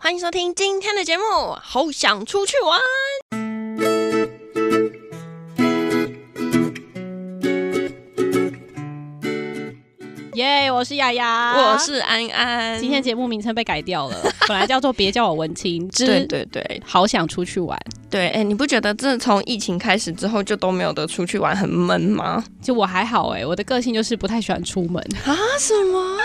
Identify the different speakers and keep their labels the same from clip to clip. Speaker 1: 欢迎收听今天的节目，好想出去玩。
Speaker 2: 耶我是雅雅，
Speaker 1: 我是安安，
Speaker 2: 今天节目名称被改掉了， 本来叫做“别叫我文青”，
Speaker 1: 对
Speaker 2: 之
Speaker 1: 对对
Speaker 2: 好想出去玩。
Speaker 1: 对，哎，你不觉得自从疫情开始之后就都没有得出去玩，很闷吗？
Speaker 2: 就我还好哎、我的个性就是不太喜欢出 门，
Speaker 1: 啊，什么？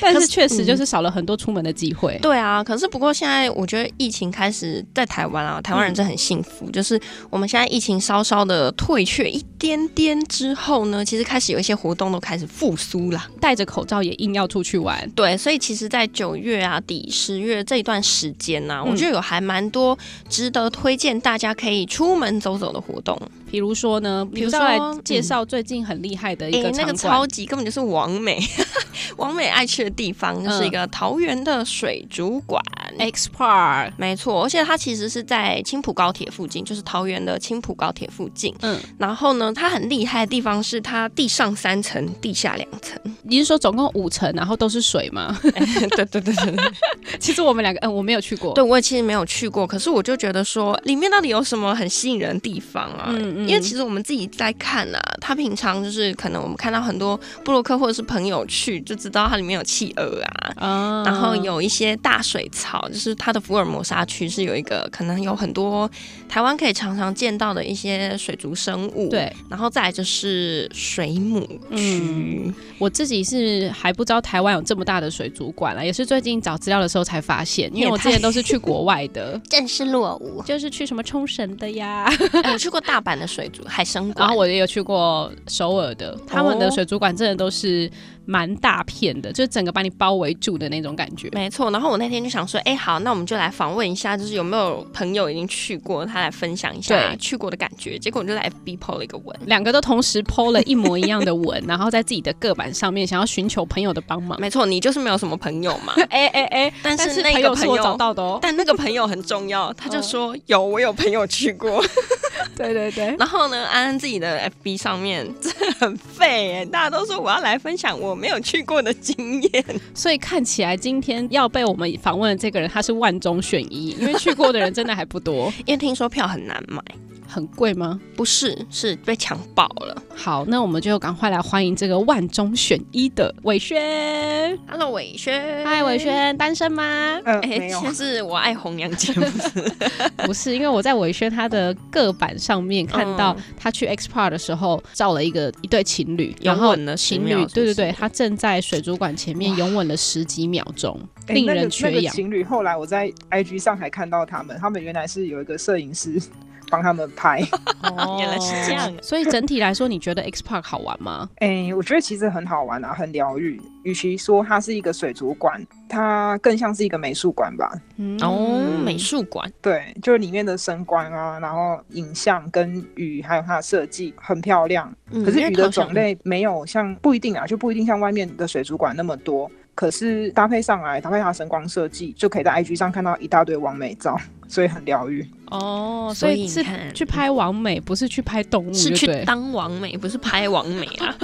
Speaker 2: 但
Speaker 1: 可
Speaker 2: 是
Speaker 1: 是嗯
Speaker 2: 确实就是少了很多出门的机会。
Speaker 1: 对啊，可是不过现在我觉得疫情开始在台湾啊，台湾人真的很幸福，就是我们现在疫情稍稍的退却一点点之后呢，其实开始有一些活动都开始复苏啦。
Speaker 2: 戴着口罩也硬要出去玩，
Speaker 1: 对，所以其实，在九月啊底十月这一段时间呢、
Speaker 2: 嗯
Speaker 1: 我觉得有还蛮多值得推荐大家可以出门走走的活动。
Speaker 2: 比如说呢，
Speaker 1: 比如
Speaker 2: 你
Speaker 1: 说嗯
Speaker 2: 要来介绍最近很厉害的一个
Speaker 1: 诶那
Speaker 2: 场
Speaker 1: 个
Speaker 2: 馆，
Speaker 1: 超级根本就是王美， 王美爱去的地方就是
Speaker 2: 嗯
Speaker 1: 一个桃园的水族馆。
Speaker 2: X Park，
Speaker 1: 没错，而且它其实是在青浦高铁附近，就是桃园的青浦高铁附近。
Speaker 2: 嗯，
Speaker 1: 然后呢，它很厉害的地方是它地上三层，地下两 层。
Speaker 2: 你是说总共五层，然后都是水吗？
Speaker 1: 对对对对对，
Speaker 2: 其实我们两个，嗯，我没有去过，
Speaker 1: 对我也其实没有去过，可是我就觉得说里面到底有什么很吸引人的地方啊？
Speaker 2: 嗯
Speaker 1: 因为其实我们自己在看啊，他平常就是可能我们看到很多布洛克或者是朋友去，就知道它里面有企鹅啊，
Speaker 2: 啊
Speaker 1: 然后有一些大水槽，就是它的福尔摩沙区是有一个可能有很多台湾可以常常见到的一些水族生物。，
Speaker 2: 对
Speaker 1: 然后再来就是水母区，，
Speaker 2: 我自己是还不知道台湾有这么大的水族馆啊了，也是最近找资料的时候才发现，因为我之前都是去国外的。
Speaker 1: 正式落伍
Speaker 2: 就是去什么冲绳的呀，
Speaker 1: 哎我去过大阪的水族海参馆，
Speaker 2: 然后啊我也有去过首尔的，他们的水族馆真的都是蛮大片的，就是整个把你包围住的那种感觉。
Speaker 1: 没错，然后我那天就想说，哎、好，那我们就来访问一下，就是有没有朋友已经去过，他来分享一下
Speaker 2: 对
Speaker 1: 去过的感觉。结果我就在 FB PO 了一个文，
Speaker 2: 两个都同时 PO 了一模一样的 文，然后在自己的个板上面想要寻求朋友的帮忙。
Speaker 1: 没错，你就是没有什么朋友 嘛，
Speaker 2: 哎哎哎，
Speaker 1: 但
Speaker 2: 但
Speaker 1: 是
Speaker 2: 是
Speaker 1: 那
Speaker 2: 朋
Speaker 1: 个
Speaker 2: 友是
Speaker 1: 朋
Speaker 2: 我
Speaker 1: 友
Speaker 2: 找到的哦。
Speaker 1: 但那个朋友很重要，他就说、有，我有朋友去 过。
Speaker 2: 对对对，
Speaker 1: 然后呢，安安自己的 FB 上面真的很废哎，大家都说我要来分享我没有去过的经验。
Speaker 2: 所以看起来今天要被我们访问的这个人，他是万中选一，因为去过的人真的还不多。
Speaker 1: 因为听说票很难买，
Speaker 2: 很贵吗？
Speaker 1: 不是，是被抢爆了。
Speaker 2: 好，那我们就赶快来欢迎这个万中选一的伟轩。
Speaker 1: Hello，伟轩，
Speaker 2: 嗨，伟。轩，单身 吗？
Speaker 3: 嗯，
Speaker 1: 哎、
Speaker 3: 没有
Speaker 1: 先是我爱红娘节目，
Speaker 2: 不是，因为我在伟轩他的个板上面看到他去 X Park 的时候照了一个一对情侣，
Speaker 1: 有
Speaker 2: 然后
Speaker 1: 吻了10
Speaker 2: 情侣
Speaker 1: 秒，
Speaker 2: 对
Speaker 1: 是
Speaker 2: 对
Speaker 1: 不是
Speaker 2: 对，他正在水族馆前面拥吻了十几秒钟，
Speaker 3: 哎
Speaker 2: 令
Speaker 3: 那个
Speaker 2: 人缺
Speaker 3: 那个
Speaker 2: 氧。
Speaker 3: 情侣后来我在 IG 上还看到他们，他们原来是有一个摄影师 帮他们拍。
Speaker 2: 哦
Speaker 1: 原来是这样
Speaker 2: 所以整体来说，你觉得 X Park 好玩吗？
Speaker 3: 哎、我觉得其实很好玩啊，很疗愈。与其说它是一个水族馆，它更像是一个美术馆吧。
Speaker 2: 嗯
Speaker 1: 哦，美术馆，
Speaker 3: 对，就是里面的声光啊，然后影像跟鱼，还有它的设计很漂亮。
Speaker 1: 嗯
Speaker 3: 可是
Speaker 1: 因为
Speaker 3: 鱼的
Speaker 1: 好像
Speaker 3: 种类没有像不一定啊，就不一定像外面的水族馆那么多。可是搭配上来，搭配它的声光设计，就可以在 IG 上看到一大堆完美照，所以很疗愈。
Speaker 2: 哦，所
Speaker 1: 所以
Speaker 2: 以
Speaker 1: 你
Speaker 2: 是
Speaker 1: 看
Speaker 2: 去拍完美，不是去拍动物，
Speaker 1: 是
Speaker 2: 就
Speaker 1: 去
Speaker 2: 对
Speaker 1: 当王美， 不是拍王美啊。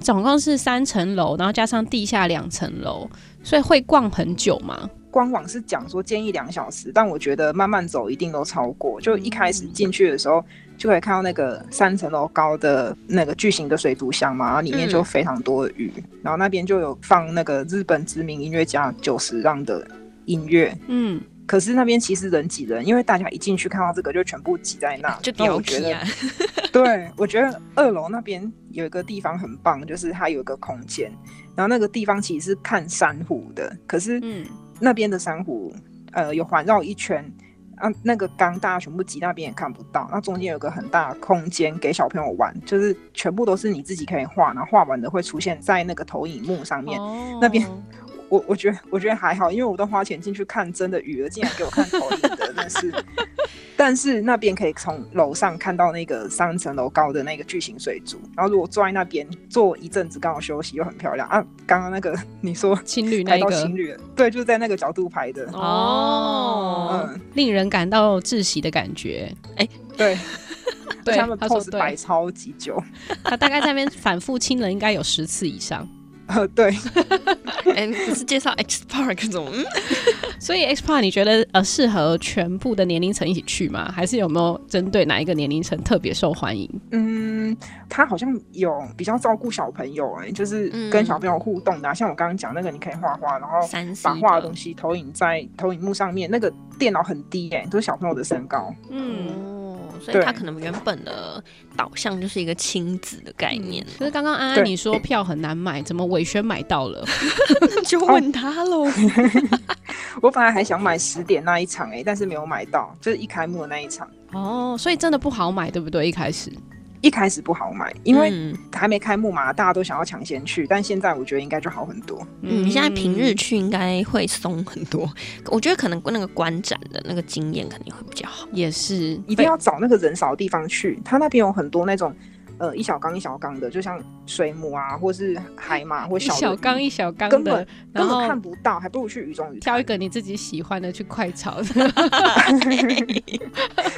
Speaker 2: 总共是三层楼，然后加上地下两层楼，所以会逛很久吗？
Speaker 3: 官网是讲说建议两小时，但我觉得慢慢走一定都超过。就一开始进去的时候，就可以看到那个三层楼高的那个巨型的水族箱嘛，然后里面就非常多的鱼，然后那边就有放那个日本知名音乐家久石让的音乐。
Speaker 2: 嗯，
Speaker 3: 可是那边其实人挤人，因为大家一进去看到这个就全部挤在那，
Speaker 1: 就
Speaker 3: 那
Speaker 1: 屌
Speaker 3: 我觉
Speaker 1: 皮
Speaker 3: 得
Speaker 1: 啊，
Speaker 3: 对，我觉得二楼那边有一个地方很棒，就是它有一个空间，然后那个地方其实是看珊瑚的，可是
Speaker 2: 嗯
Speaker 3: 那边的珊瑚，呃，有环绕一圈，啊，那个缸大家全部挤那边也看不到，那中间有个很大的空间给小朋友玩，就是全部都是你自己可以画，然后画完的会出现在那个投影幕上面。
Speaker 2: 哦
Speaker 3: 嗯那边我我觉得我觉得还好，因为我都花钱进去看真的鱼了，竟然给我看投影的，但是 但是那边可以从楼上看到那个三层楼高的那个巨型水族，然后如果坐在那边坐一阵子刚好休息又很漂亮啊。刚刚那个你说
Speaker 2: 情侣那
Speaker 3: 拍
Speaker 2: 一
Speaker 3: 到
Speaker 2: 个
Speaker 3: 情侣了，对，就是在那个角度拍的，
Speaker 2: 哦，
Speaker 3: 嗯，
Speaker 2: 令人感到窒息的感觉。
Speaker 3: 对，而
Speaker 2: 对，
Speaker 3: 且他们
Speaker 2: 他说
Speaker 3: pose 摆
Speaker 2: 对，
Speaker 3: 超级久，
Speaker 2: 他大概在那边反复亲了应该有十次以上。
Speaker 3: 呃，对，
Speaker 1: 哎、不是 介绍 X Park 怎么？嗯
Speaker 2: 所以 X Park 你觉得呃适合全部的年龄层一起去吗？还是有没有针对哪一个年龄层特别受欢迎？
Speaker 3: 嗯，他好像有比较照顾小朋友、哎，就是
Speaker 1: 嗯
Speaker 3: 跟小朋友互动的啊、像我刚刚讲那个，你可以画画，然后
Speaker 1: 三 C
Speaker 3: 哦把画的
Speaker 1: 的
Speaker 3: 东西投影在投影幕上面，那个电脑很低、哎，都是小朋友的身高。
Speaker 2: 嗯。
Speaker 1: 哦，所以它
Speaker 3: 对
Speaker 1: 可能原本的导向就是一个亲子的概念，
Speaker 2: 可是刚刚安安
Speaker 3: 对
Speaker 2: 你说票很难买，怎么伟轩买到了？
Speaker 3: 哦
Speaker 1: 那就问他喽。
Speaker 3: 我本来还想买十点那一场、哎，但是没有买到，就是一开幕的那一场，
Speaker 2: 哦，所以真的不好买，对不对？一开始
Speaker 3: 一开始不好买，因为
Speaker 1: 嗯
Speaker 3: 还没开幕嘛，大家都想要抢先去，但现在我觉得应该就好很多。
Speaker 1: 嗯，你现在平日去应该会松很多，我觉得可能那个观展的那个经验肯定会比较好。
Speaker 2: 也是
Speaker 3: 一定要找那个人少的地方去。它那边有很多那种呃一小缸一小缸的，就像水母啊，或是海马或
Speaker 2: 一
Speaker 3: 小
Speaker 2: 小
Speaker 3: 的鱼
Speaker 2: 缸一小缸
Speaker 3: 根
Speaker 2: 的
Speaker 3: 本，
Speaker 2: 然
Speaker 3: 根
Speaker 2: 后
Speaker 3: 本看不到，还不如去鱼中鱼
Speaker 2: 挑一
Speaker 3: 看。
Speaker 2: 个你自己喜欢的去快炒。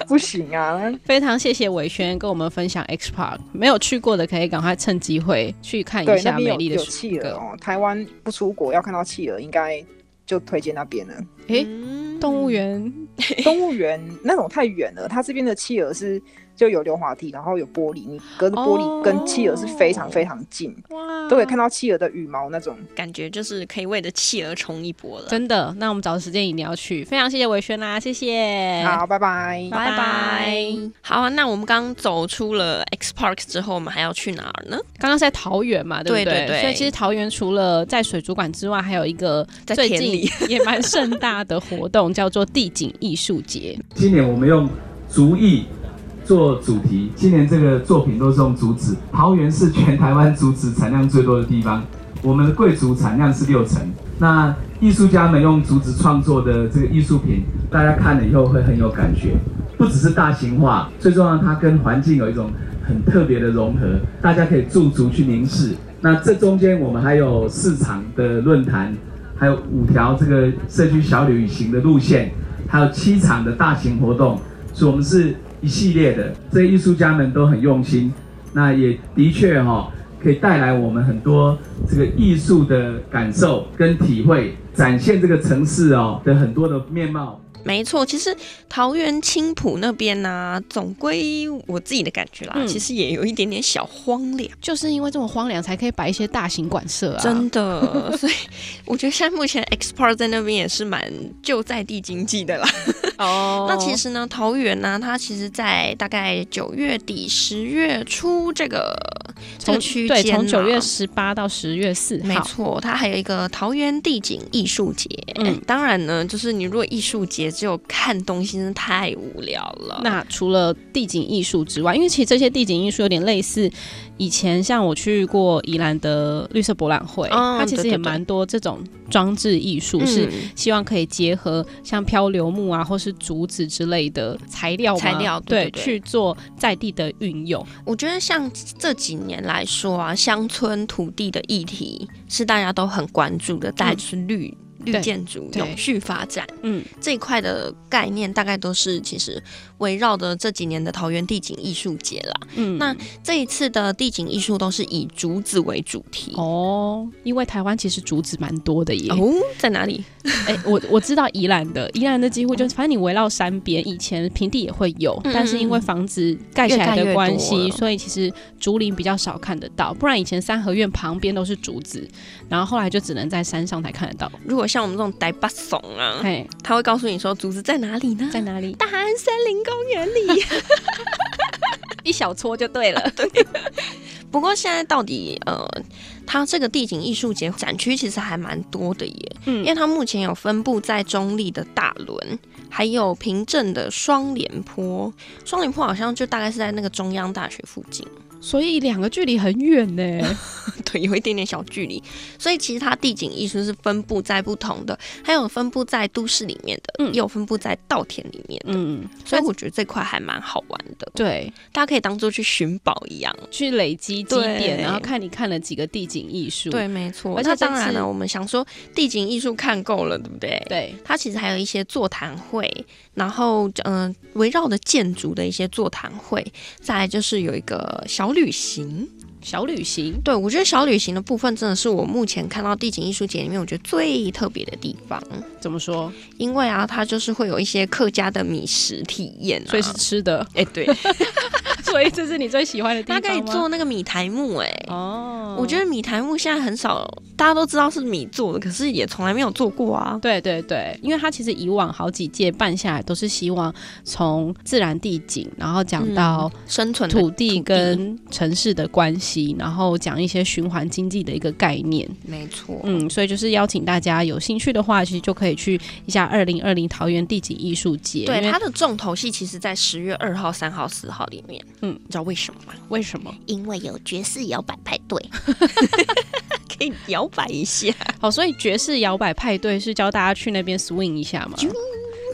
Speaker 3: 不行 啊，
Speaker 2: 非常谢谢伟轩跟我们分享 X Park，没有去过的可以赶快趁机会去看一
Speaker 3: 对，那
Speaker 2: 下美
Speaker 3: 边
Speaker 2: 丽
Speaker 3: 有
Speaker 2: 的
Speaker 3: 有
Speaker 2: 雪
Speaker 3: 企鹅
Speaker 2: 歌。
Speaker 3: 哦，台湾不出国要看到企鹅，应该就推荐那边 了。
Speaker 2: 诶
Speaker 1: 嗯
Speaker 2: 动物园
Speaker 3: 动物园那种太远了，它这边的企鹅是就有溜滑梯，然后有玻璃，你隔着玻璃跟企鹅是非
Speaker 2: 哦
Speaker 3: 常非常近，
Speaker 2: 哇，
Speaker 3: 都可以看到企鹅的羽毛那种。
Speaker 1: 感觉就是可以为了企鹅冲一波了。
Speaker 2: 真的，那我们找时间一定要去。非常谢谢维轩啦，谢谢。
Speaker 3: 好，拜拜。
Speaker 2: 拜拜。
Speaker 1: 好啊，那我们刚走出了 X Park 之后，我们还要去哪儿呢？
Speaker 2: 刚刚是在桃园嘛，对不
Speaker 1: 对对对
Speaker 2: 所以其实桃园除了在水族馆之外，还有一个
Speaker 1: 在
Speaker 2: 最
Speaker 1: 田
Speaker 2: 近
Speaker 1: 里
Speaker 2: 也蛮盛大的活动，叫做地景艺术节。
Speaker 4: 今年我们用竹艺做主题，今年这个作品都是用竹子。桃园是全台湾竹子产量最多的地方，我们的贵竹产量是六成。那艺术家们用竹子创作的这个艺术品，大家看了以后会很有感觉。不只是大型化，最重要它跟环境有一种很特别的融合，大家可以驻足去凝视。那这中间我们还有市场的论坛，还有五条这个社区小旅行的路线，还有七场的大型活动，所以我们是一系列的，这些艺术家们都很用心，那也的确哈、可以带来我们很多这个艺术的感受跟体会，展现这个城市哦的很多的面貌。
Speaker 1: 没错，其实桃园青浦那边呢、啊总归我自己的感觉啦，
Speaker 2: 嗯
Speaker 1: 其实也有一点点小荒凉，
Speaker 2: 就是因为这么荒凉，才可以摆一些大型馆舍啊。
Speaker 1: 真的。 所以我觉得现在目前 X Park 在那边也是蛮就在地经济的啦。
Speaker 2: 哦
Speaker 1: 那其实呢，桃园呢、它其实，在大概九月底、十月初这个这
Speaker 2: 从
Speaker 1: 个区间、
Speaker 2: 对
Speaker 1: 啊，
Speaker 2: 从九月十八到十月四
Speaker 1: 没
Speaker 2: 号，
Speaker 1: 错，它还有一个桃园地景艺术节。哎
Speaker 2: 嗯
Speaker 1: 当然呢，就是你如果艺术节只有看东西，真的太无聊了。
Speaker 2: 那除了地景艺术之外，因为其实这些地景艺术有点类似以前像我去过宜兰的绿色博览会，
Speaker 1: 嗯
Speaker 2: 它其
Speaker 1: 对
Speaker 2: 实
Speaker 1: 对
Speaker 2: 也
Speaker 1: 对
Speaker 2: 蛮多这种装置艺术，
Speaker 1: 嗯
Speaker 2: 是希望可以结合像漂流木啊或是竹子之类的材料吗
Speaker 1: 材料对对对
Speaker 2: 去做在地的运用。
Speaker 1: 我觉得像这几年来说啊，乡村土地的议题是大家都很关注的，大概就是绿。绿
Speaker 2: 对
Speaker 1: 建筑
Speaker 2: 对
Speaker 1: 永续发展
Speaker 2: 嗯，
Speaker 1: 这一块的概念，大概都是其实围绕着这几年的桃园地景艺术节啦。
Speaker 2: 嗯
Speaker 1: 那这一次的地景艺术都是以竹子为主题
Speaker 2: 哦，因为台湾其实竹子蛮多的耶。
Speaker 1: 哦，在哪里？
Speaker 2: 哎、我我知道宜兰的，宜兰的几乎就是，反正你围绕山边，以前平地也会有，
Speaker 1: 嗯
Speaker 2: 但是因为房子盖起来
Speaker 1: 越盖
Speaker 2: 的
Speaker 1: 越
Speaker 2: 关
Speaker 1: 多
Speaker 2: 系，
Speaker 1: 了
Speaker 2: 所以其实竹林比较少看得到。不然以前三合院旁边都是竹子，然后后来就只能在山上才看得到。
Speaker 1: 如果像我们这种呆巴怂啊，
Speaker 2: 哎、
Speaker 1: 他会告诉你说竹子在哪里呢？
Speaker 2: 在哪里？
Speaker 1: 大安森林公园 里。
Speaker 2: 一小撮就对了。
Speaker 1: 不过现在到底呃，它这个地景艺术节展区其实还蛮多的耶，因
Speaker 2: 嗯
Speaker 1: 为它目前有分布在中立的大轮，还有平镇的双连坡。双连坡好像就大概是在那个中央大学附近，
Speaker 2: 所以两个距离很远呢、
Speaker 1: 对，有一点点小距离。所以其实它地景艺术是分布在不同的，还有分布在都市里面的，
Speaker 2: 嗯
Speaker 1: 也有分布在稻田里面的。
Speaker 2: 嗯，
Speaker 1: 所以我觉得这块还蛮好玩的，
Speaker 2: 对，
Speaker 1: 大家可以当做去寻宝一样。
Speaker 2: 去累积积点，
Speaker 1: 对
Speaker 2: 然后看你看了几个地景艺术。
Speaker 1: 对，没错。
Speaker 2: 而
Speaker 1: 而
Speaker 2: 且
Speaker 1: 且
Speaker 2: 这
Speaker 1: 当然
Speaker 2: 次
Speaker 1: 了，我们想说地景艺术看够了，对不对？。
Speaker 2: 对，
Speaker 1: 它其实还有一些座谈会，然后嗯、呃围绕着建筑的一些座谈会，再来就是有一个小旅行，
Speaker 2: 小旅行。
Speaker 1: 对，我觉得小旅行的部分真的是我目前看到地景艺术节里面我觉得最特别的地方，
Speaker 2: 怎么说？
Speaker 1: 因为啊，它就是会有一些客家的米食体验、啊，
Speaker 2: 所以是吃的，
Speaker 1: 哎、 对，
Speaker 2: 所以这是你最喜欢的地
Speaker 1: 它
Speaker 2: 方
Speaker 1: 可以
Speaker 2: 吗
Speaker 1: 做那个米苔木、哎、
Speaker 2: 哦，
Speaker 1: 我觉得米苔木现在很少，大家都知道是米做的，可是也从来没有做过啊。
Speaker 2: 对对对，因为他其实以往好几届办下来都是希望从自然地景，然后讲到
Speaker 1: 嗯生存的
Speaker 2: 嗯土地跟城市的关系，然后讲一些循环经济的一个概念。
Speaker 1: 没错，
Speaker 2: 嗯，所以就是邀请大家有兴趣的话，其实就可以去一下二零二零桃园地景艺术节。因
Speaker 1: 对，
Speaker 2: 为
Speaker 1: 它的重头戏其实在十月二号、三号、四号里面。
Speaker 2: 嗯
Speaker 1: 嗯，你知道为什么吗？
Speaker 2: 为什么？
Speaker 1: 因为有爵士摇摆派 对，可以摇摆一下。
Speaker 2: 哦，所以爵士摇摆派对是教大家去那边 swing 一下嘛，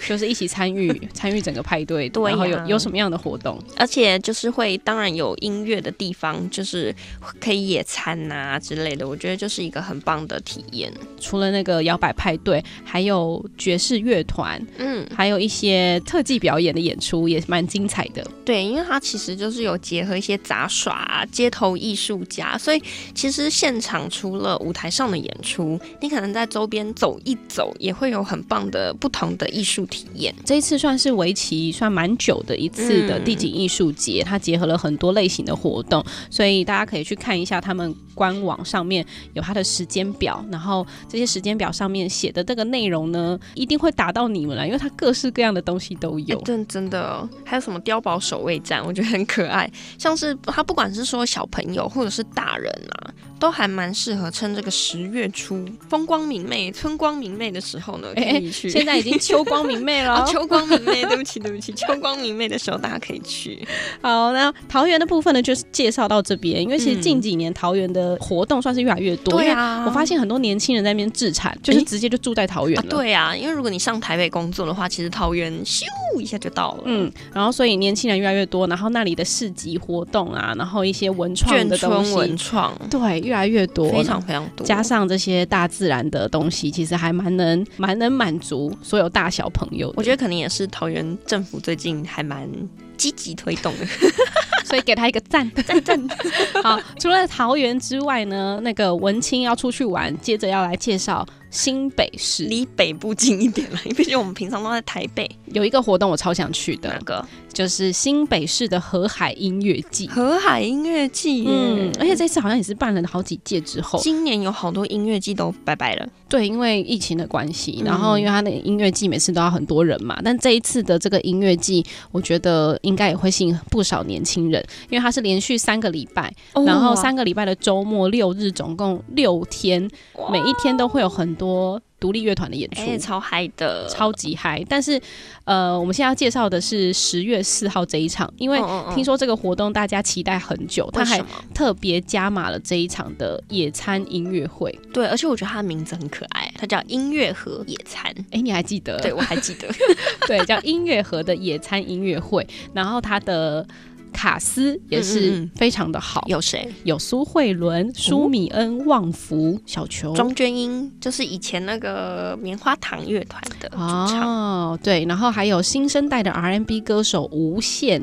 Speaker 2: 就是一起参与 参与整个派对，
Speaker 1: 对
Speaker 2: 然后有
Speaker 1: 呀
Speaker 2: 有什么样的活动？
Speaker 1: 而且就是会，当然有音乐的地方，就是可以野餐呐、之类的。我觉得就是一个很棒的体验。
Speaker 2: 除了那个摇摆派对，还有爵士乐团，
Speaker 1: 嗯，
Speaker 2: 还有一些特技表演的演出，也蛮精彩的。
Speaker 1: 对，因为它其实就是有结合一些杂耍、啊街头艺术家，所以其实现场除了舞台上的演出，你可能在周边走一走，也会有很棒的不同的艺术体验。
Speaker 2: 这一次算是为期算蛮久的一次的
Speaker 1: 嗯
Speaker 2: 地景艺术节，它结合了很多类型的活动，所以大家可以去看一下他们官网上面有它的时间表，然后这些时间表上面写的这个内容呢，一定会打到你们啦，因为它各式各样的东西都有
Speaker 1: 哎。真真的，还有什么碉堡守卫战，我觉得很可爱。像是他不管是说小朋友或者是大人啊，都还蛮适合趁这个十月初风光明媚、春光明媚的时候呢，可
Speaker 2: 哎哎
Speaker 1: 以去。
Speaker 2: 现在已经秋光明媚了
Speaker 1: 啊，， 秋光明媚，对不起，对不起，秋光明媚的时候大家可以去。
Speaker 2: 好，那桃园的部分呢，就是介绍到这边，因为其实近几年桃园的活动算是越来越多。因为
Speaker 1: 啊
Speaker 2: 我发现很多年轻人在那边自产，就是直接就住在桃园
Speaker 1: 啊，
Speaker 2: 了。。
Speaker 1: 对啊，因为如果你上台北工作的话，其实桃园咻一下就到了。
Speaker 2: 嗯，然后所以年轻人越来越多，然后那里的市集活动啊，然后一些文创
Speaker 1: 眷
Speaker 2: 的东
Speaker 1: 村文
Speaker 2: 西，
Speaker 1: 创
Speaker 2: 对，越来越多，
Speaker 1: 非常非常多，
Speaker 2: 加上这些大自然的东西，其实还蛮能蛮能满足所有大小朋友的。
Speaker 1: 我觉得可能也是桃园政府最近还蛮积极推动 的。
Speaker 2: 所以给他一个 赞赞赞。好，除了桃园之外呢，那个文青要出去玩，接着要来介绍新北市
Speaker 1: 离北部近一点了，毕竟我们平常都在台北。
Speaker 2: 有一个活动，我超想去
Speaker 1: 哪
Speaker 2: 的，
Speaker 1: 个
Speaker 2: 就是新北市的河海音乐季。
Speaker 1: 河海音乐季？
Speaker 2: 嗯
Speaker 1: 嗯，，
Speaker 2: 而且这次好像也是办了好几届之后，
Speaker 1: 今年有好多音乐季都拜拜了。
Speaker 2: 对，因为疫情的关系，
Speaker 1: 嗯
Speaker 2: 然后因为他的音乐季每次都要很多人嘛，但这一次的这个音乐季，我觉得应该也会吸引不少年轻人，因为它是连续三个礼拜，然后三个礼拜的周末六日，总共六天，
Speaker 1: 哇
Speaker 2: 每一天都会有很多独立乐团的演出
Speaker 1: 哎、。超嗨的，
Speaker 2: 超级嗨！但是，呃，我们现在要介绍的是十月四号这一场，因为
Speaker 1: 嗯嗯嗯
Speaker 2: 听说这个活动大家期待很久，他
Speaker 1: 为
Speaker 2: 还
Speaker 1: 什么？
Speaker 2: 特别加码了这一场的野餐音乐会。
Speaker 1: 对，而且我觉得它的名字很可爱，它叫音乐和野餐。
Speaker 2: 哎、你还记得？
Speaker 1: 对，我还记 得，
Speaker 2: 对，叫音乐盒的野餐音乐会，然后它的。卡斯也
Speaker 1: 嗯嗯
Speaker 2: 是
Speaker 1: 嗯
Speaker 2: 非常的好，
Speaker 1: 有哦谁？
Speaker 2: 有苏慧伦、舒米恩、旺福、小球。
Speaker 1: 庄娟英就是以前那个棉花糖乐团的主唱。
Speaker 2: 哦，对，然后还有新生代的 R&B 歌手无限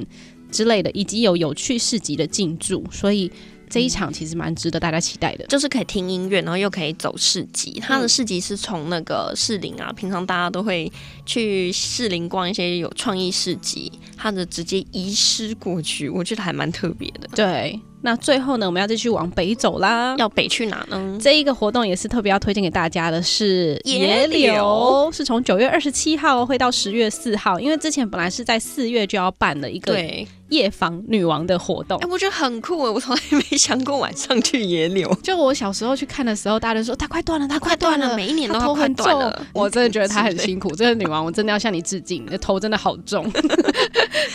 Speaker 2: 之类的，以及有有趣市集的进驻，所以这
Speaker 1: 嗯
Speaker 2: 一场其实蛮值得大家期待的。
Speaker 1: 就是可以听音乐，然后又可以走市集。它的
Speaker 2: 嗯
Speaker 1: 市集是从那个士林啊，平常大家都会去士林逛一些有创意市集，它的直接移师过去，我觉得还蛮特别的。
Speaker 2: 对，那最后呢，我们要继续往北走啦。
Speaker 1: 要北去哪呢？
Speaker 2: 嗯这一个活动也是特别要推荐给大家的是
Speaker 1: 野柳
Speaker 2: 是从九月二十七号会到十月四号，因为之前本来是在四月就要办了一个
Speaker 1: 对，
Speaker 2: 夜访女王的活动
Speaker 1: 哎、。我觉得很酷哎，我从来没想过晚上去野 柳，
Speaker 2: 就我小时候去看的时候，大家就说它快断了，它快断了，
Speaker 1: 每一年
Speaker 2: 它
Speaker 1: 都
Speaker 2: 头
Speaker 1: 要快
Speaker 2: 很
Speaker 1: 断
Speaker 2: 重
Speaker 1: 了。
Speaker 2: 我真的觉得她很辛苦，这个女王我真的要向你致敬，你的头真的好 重。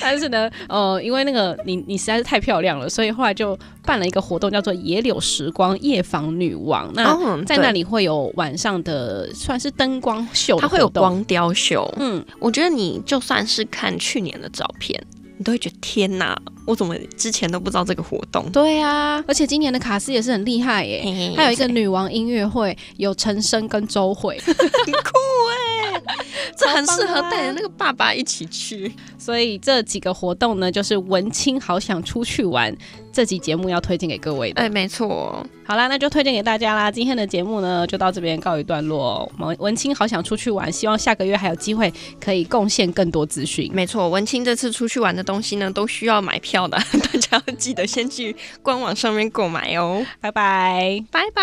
Speaker 2: 但是呢，呃，因为那个你你实在是太漂亮了，所以后来就办了一个活动，叫做野柳时光夜访女王。那、
Speaker 1: 嗯
Speaker 2: 在那，里会有晚上的算是灯光秀
Speaker 1: 对它
Speaker 2: 的活动，
Speaker 1: 会有光雕秀。
Speaker 2: 嗯，
Speaker 1: 我觉得你就算是看去年的照片，你都会觉得天哪，我怎么之前都不知道这个活动？
Speaker 2: 对啊，而且今年的卡斯也是很厉害耶。还有一个
Speaker 1: 女。
Speaker 2: 女王音乐会，有陈升跟周蕙，
Speaker 1: 很酷哎、这很适合带着那个爸爸一起去。
Speaker 2: 所以这几个活动呢，就是文青好想出去玩这集节目要推荐给各位的。
Speaker 1: 哎，没错，
Speaker 2: 好啦，那就推荐给大家啦。今天的节目呢，就到这边告一段落。我们文青好想出去玩，希望下个月还有机会可以贡献更多资讯。
Speaker 1: 没错。文青这次出去玩的东西呢，都需要买票的， 大家要记得先去官网上面购买哦。
Speaker 2: 拜拜。
Speaker 1: 拜拜！